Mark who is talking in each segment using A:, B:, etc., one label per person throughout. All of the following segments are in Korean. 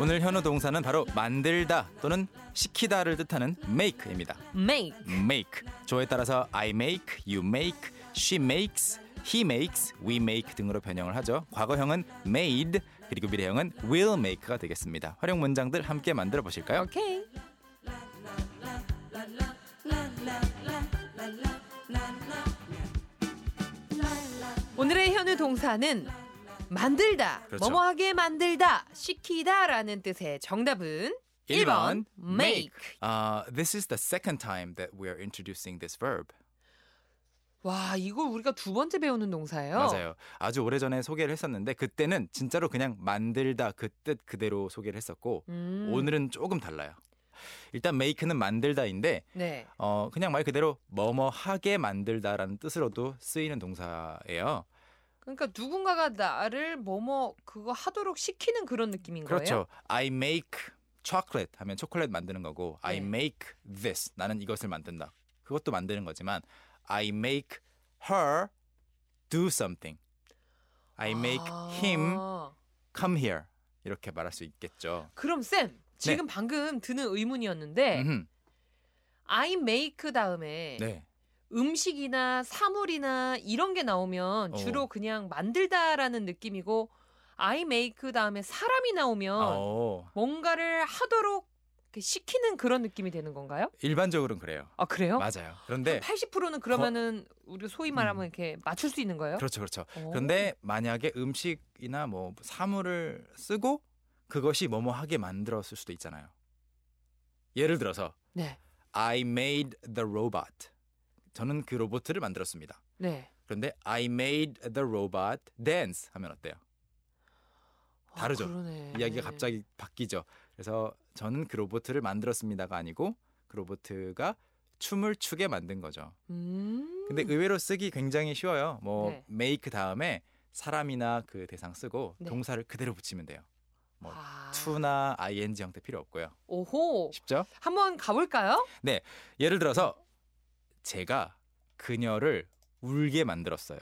A: 오늘 현우 동사는 바로 만들다 또는 시키다를 뜻하는 make입니다.
B: make
A: make 조에 따라서 I make, you make, she makes, he makes, we make 등으로 변형을 하죠. 과거형은 made 그리고 미래형은 will make가 되겠습니다. 활용 문장들 함께 만들어 보실까요?
B: 오케이 오늘의 현우 동사는 만들다
A: 그렇죠.
B: 뭐뭐하게 만들다 시키다라는 뜻의 정답은 1번 make
A: Uh, this is the second time that we are introducing this verb.
B: 와 이걸 우리가 두 번째 배우는 동사예요
A: 맞아요. 아주 오래전에 소개를 했었는데 그때는 진짜로 그냥 만들다 그 뜻 그대로 소개를 했었고
B: 음,
A: 오늘은 조금 달라요. 일단 make는 만들다인데
B: 네
A: 어, 그냥 말 그대로 뭐뭐하게 만들다라는 뜻으로도 쓰이는 동사예요.
B: 그러니까 누군가가 나를 뭐뭐 그거 하도록 시키는 그런 느낌인 거예요
A: 그렇죠. I make chocolate 하면 초콜릿 만드는 거고 I
B: 네.
A: make this 나는 이것을 만든다. 그것도 만드는 거지만 I make her do something. I make
B: 아.
A: him come here. 이렇게 말할 수 있겠죠.
B: 그럼 쌤 지금 방금 드는 의문이었는데
A: 네. 음흠.
B: I make 다음에
A: 네.
B: 음식이나 사물이나 이런 게 나오면
A: 어.
B: 주로 그냥 만들다라는 느낌이고 I make 다음에 사람이 나오면
A: 어,
B: 뭔가를 하도록 이렇게 시키는 그런 느낌이 되는 건가요?
A: 일반적으로는 그래요.
B: 아 그래요?
A: 맞아요. 그런데 음.
B: 80%는 그러면은 우리 소위 말하면 이렇게 맞출 수 있는 거예요?
A: 그렇죠, 그렇죠.
B: 어.
A: 그런데 만약에 음식이나 뭐 사물을 쓰고 그것이 뭐뭐하게 만들었을 수도 있잖아요. 예를 들어서
B: 네,
A: I made the robot. 저는 그 로봇을 만들었습니다.
B: 네
A: 그런데 I made the robot dance 하면 어때요? 다르죠?
B: 아, 그러네.
A: 이야기가 갑자기 바뀌죠. 그래서 저는 그 로봇을 만들었습니다가 아니고 그 로봇가 춤을 추게 만든 거죠.
B: 음.
A: 근데 의외로 쓰기 굉장히 쉬워요. 뭐
B: 네.
A: make 다음에 사람이나 그 대상 쓰고
B: 네.
A: 동사를 그대로 붙이면 돼요. 뭐
B: 아.
A: to나 ing 형태 필요 없고요.
B: 오호.
A: 쉽죠?
B: 한번 가볼까요?
A: 예를 들어서 제가 그녀를 울게 만들었어요.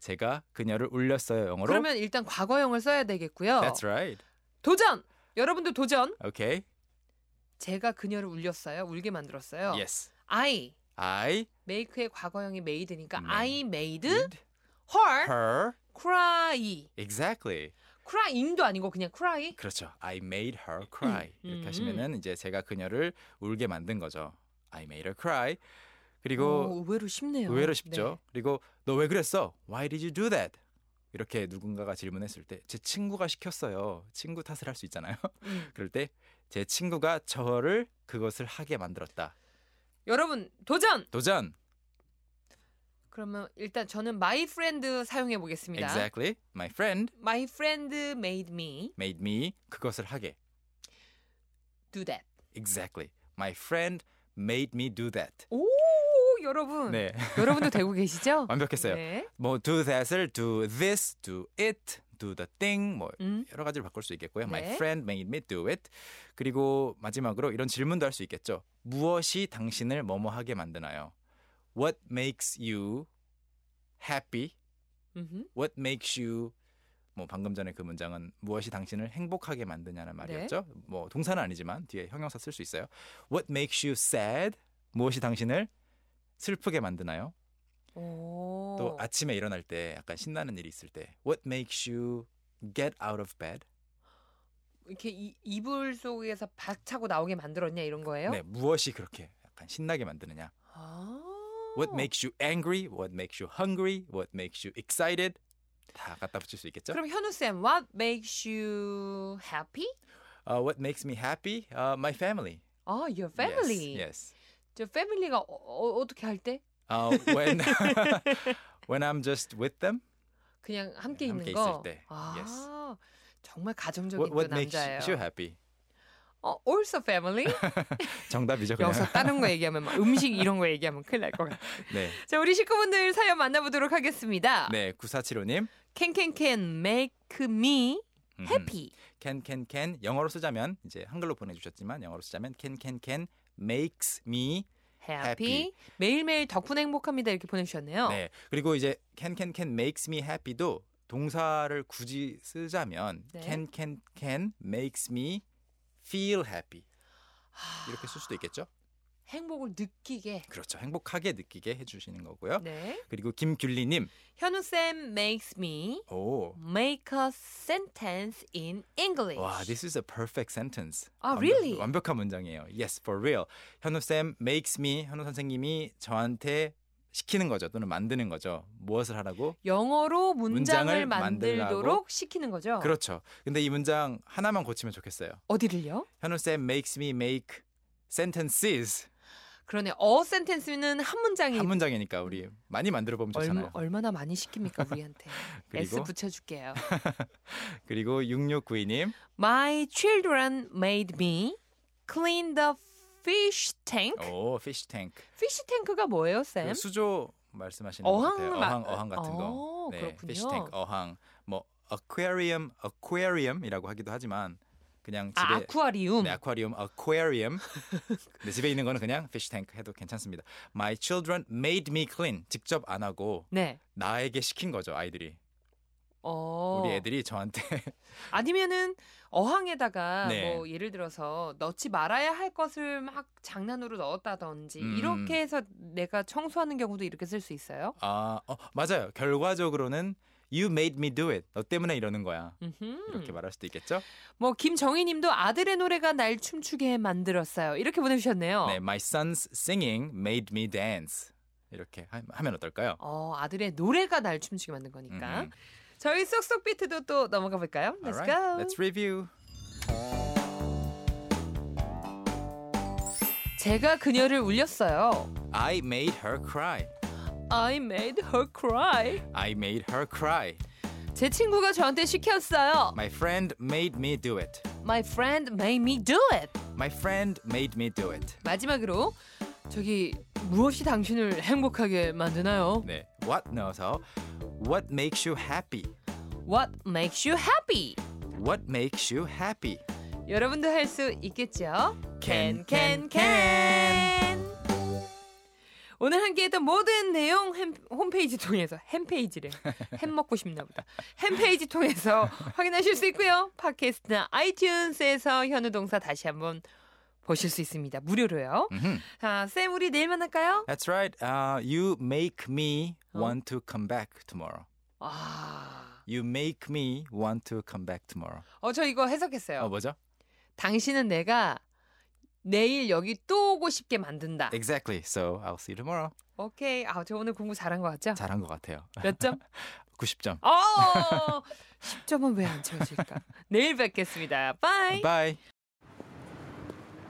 A: 제가 그녀를 울렸어요. 영어로.
B: 그러면 일단 과거형을 써야 되겠고요.
A: That's right.
B: 도전! 여러분도 도전!
A: Okay.
B: 제가 그녀를 울렸어요. 울게 만들었어요.
A: Yes.
B: I.
A: I
B: make의 과거형이 made니까
A: 네.
B: I made
A: did
B: her,
A: her
B: cry.
A: exactly.
B: crying도 아니고 그냥 cry.
A: 그렇죠. I made her cry.
B: 음,
A: 이렇게
B: 음.
A: 하시면은 이제 제가 그녀를 울게 만든 거죠. I made her cry.
B: 오,
A: 그리고
B: 어, 의외로 쉽네요.
A: 의외로 쉽죠. 그리고 너 왜 그랬어? Why did you do that? 이렇게 누군가가 질문했을 때 제 친구가 시켰어요. 친구 탓을 할 수 있잖아요.
B: 네. 음.
A: 그럴 때 제 친구가 저를 그것을 하게 만들었다.
B: 네. 여러분 도전!
A: 도전.
B: 그러면 일단 저는 my friend 사용해 보겠습니다.
A: Exactly. My friend
B: My friend made me
A: made me 그것을 하게.
B: do that.
A: Exactly. My friend made me do that.
B: 오 여러분
A: 네. 아,
B: 여러분도 되고 계시죠?
A: 완벽했어요.
B: 음. 네.
A: 뭐 do that을 do this, do it, do the thing 뭐
B: 음.
A: 여러 가지로 바꿀 수 있겠고요. My
B: 네.
A: friend made me do it. 그리고 마지막으로 이런 질문도 할 수 있겠죠. 무엇이 당신을 뭐뭐하게 만드나요? What makes you happy?
B: 음흠.
A: What makes you 뭐 방금 전에 그 문장은 무엇이 당신을 행복하게 만드냐는 말이었죠. 뭐 동사는 아니지만 뒤에 형용사 쓸 수 있어요. What makes you sad? 무엇이 당신을 슬프게 만드나요?
B: 오.
A: 또 아침에 일어날 때 약간 신나는 일이 있을 때 What makes you get out of bed?
B: 이렇게 이, 이불 속에서 박차고 나오게 만들었냐 이런 거예요?
A: 네, 무엇이 그렇게 약간 신나게 만드느냐?
B: 아.
A: What makes you angry? What makes you hungry? What makes you excited? 다 갖다 붙일 수 있겠죠?
B: 그럼 현우 쌤, what makes you happy?
A: Uh, what makes me happy? Uh, my family.
B: 아, your
A: Yes,
B: family.
A: Yes.
B: 저 family가 어, 어, 어떻게 할 때?
A: Uh, when when I'm just with them.
B: 그냥 함께 있는
A: 함께 있을
B: 거.
A: 때.
B: 아,
A: Yes.
B: 정말 가정적인
A: What,
B: 또
A: what makes
B: 남자예요.
A: you happy?
B: 어, also family.
A: 정답이죠 그냥.
B: 여기서 다른 거 얘기하면 막 음식 이런 거 얘기하면 큰일 날 것 같아.
A: 네.
B: 자, 우리 식구분들 사연 만나보도록 하겠습니다.
A: 네, 9475님.
B: 캔캔캔 make me
A: 음.
B: happy.
A: can can can 영어로 쓰자면 이제 한글로 보내주셨지만 영어로 쓰자면 can can can makes me
B: happy. 매일매일 덕분에 행복합니다. 이렇게 보내주셨네요.
A: 네. 그리고 이제 can can can makes me happy도 동사를 굳이 쓰자면
B: 네.
A: can can can makes me feel happy
B: 하,
A: 이렇게 쓸 수도 있겠죠?
B: 행복을 느끼게.
A: 그렇죠. 행복하게 느끼게 해주시는 거고요.
B: 네.
A: 그리고 김귤리님,
B: 현우 쌤 makes me
A: 오,
B: make a sentence in English.
A: 와, this is a perfect sentence.
B: 네. 아,
A: 완벽-
B: really?
A: 완벽한 문장이에요. Yes, for real. 현우 쌤 makes me 현우 선생님이 저한테 시키는 거죠, 또는 만드는 거죠. 무엇을 하라고?
B: 영어로 문장을,
A: 문장을 만들라고?
B: 만들도록 시키는 거죠.
A: 그렇죠. 근데 이 문장 하나만 고치면 좋겠어요.
B: 어디를요?
A: 현우 쌤 makes me make sentences
B: 그러네. 어 센텐스는 한 문장이
A: 한 문장이니까 우리 많이 만들어 보면 좋잖아요.
B: 예. 얼마, 나 많이 시킵니까 우리한테. S
A: 그리고
B: 붙여줄게요.
A: 그리고 6692님,
B: My children made me clean the fish tank.
A: 오, fish tank.
B: fish tank가 뭐예요, 쌤?
A: 어. 그 수조 말씀하시는
B: 네. 어항
A: 것 같아요.
B: 마-
A: 어항 어항 같은 거. 네,
B: 어, 그렇군요.
A: fish tank 어항 뭐 aquarium aquarium이라고 하기도 하지만 그냥 집에
B: 아, 아쿠아리움.
A: 네, aquarium aquarium. 근데 집에 있는 거는 그냥 fish tank 해도 괜찮습니다. My children made me clean. 직접 안 하고
B: 네.
A: 나에게 시킨 거죠, 아이들이.
B: 어.
A: 우리 애들이 저한테
B: 아니면은 어항에다가
A: 네.
B: 뭐 예를 들어서 넣지 말아야 할 것을 막 장난으로 넣었다든지
A: 음.
B: 이렇게 해서 내가 청소하는 경우도 이렇게 쓸 수 있어요.
A: 아, 어, 맞아요. 결과적으로는 you made me do it. 너 때문에 이러는 거야.
B: 음흠.
A: 이렇게 말할 수도 있겠죠?
B: 뭐 김정희님도 아들의 노래가 날 춤추게 만들었어요. 이렇게 보내주셨네요.
A: 네, my son's singing made me dance. 이렇게 하, 면 어떨까요?
B: 어 아들의 노래가 날 춤추게 만든 거니까.
A: 음.
B: 저희 쏙쏙 비트도 또 넘어가 볼까요? Let's
A: Alright,
B: go.
A: Let's review.
B: 제가 그녀를 울렸어요.
A: I made her cry.
B: I made her cry.
A: I made her cry.
B: 제 친구가 저한테 시켰어요.
A: My friend made me do it.
B: My friend made me do it.
A: My friend made me do it.
B: 마지막으로 저기 무엇이 당신을 행복하게 만드나요?
A: 네, what 넣어서 what makes you happy?
B: What makes you happy?
A: What makes you happy?
B: 여러분도 할 수 있겠죠?
A: Can,
B: 캔,
A: can,
B: 캔. 오늘 함께했던 모든 내용 햄- 홈페이지 통해서 햄페이지래 햄 먹고 싶나 보다 햄페이지 통해서 확인하실 수 있고요 팟캐스트나 아이튠스에서 현우 동사 다시 한번 보실 수 있습니다 무료로요
A: 음흠.
B: 자쌤 우리 내일 만날까요?
A: That's right. Uh, you make me
B: 어.
A: want to come back tomorrow.
B: 아,
A: You make me want to come back tomorrow.
B: 어저 이거 해석했어요
A: 어 뭐죠?
B: 당신은 내가 내일 여기 또 오고 싶게 만든다.
A: Exactly. So I'll see you tomorrow.
B: 오케이. 아, 저 오늘 공부 잘한 것 같죠?
A: 잘한 것 같아요.
B: 몇 점?
A: 90점.
B: 어! 10점은 왜 안 채워질까? 내일 뵙겠습니다. 바이.
A: Bye.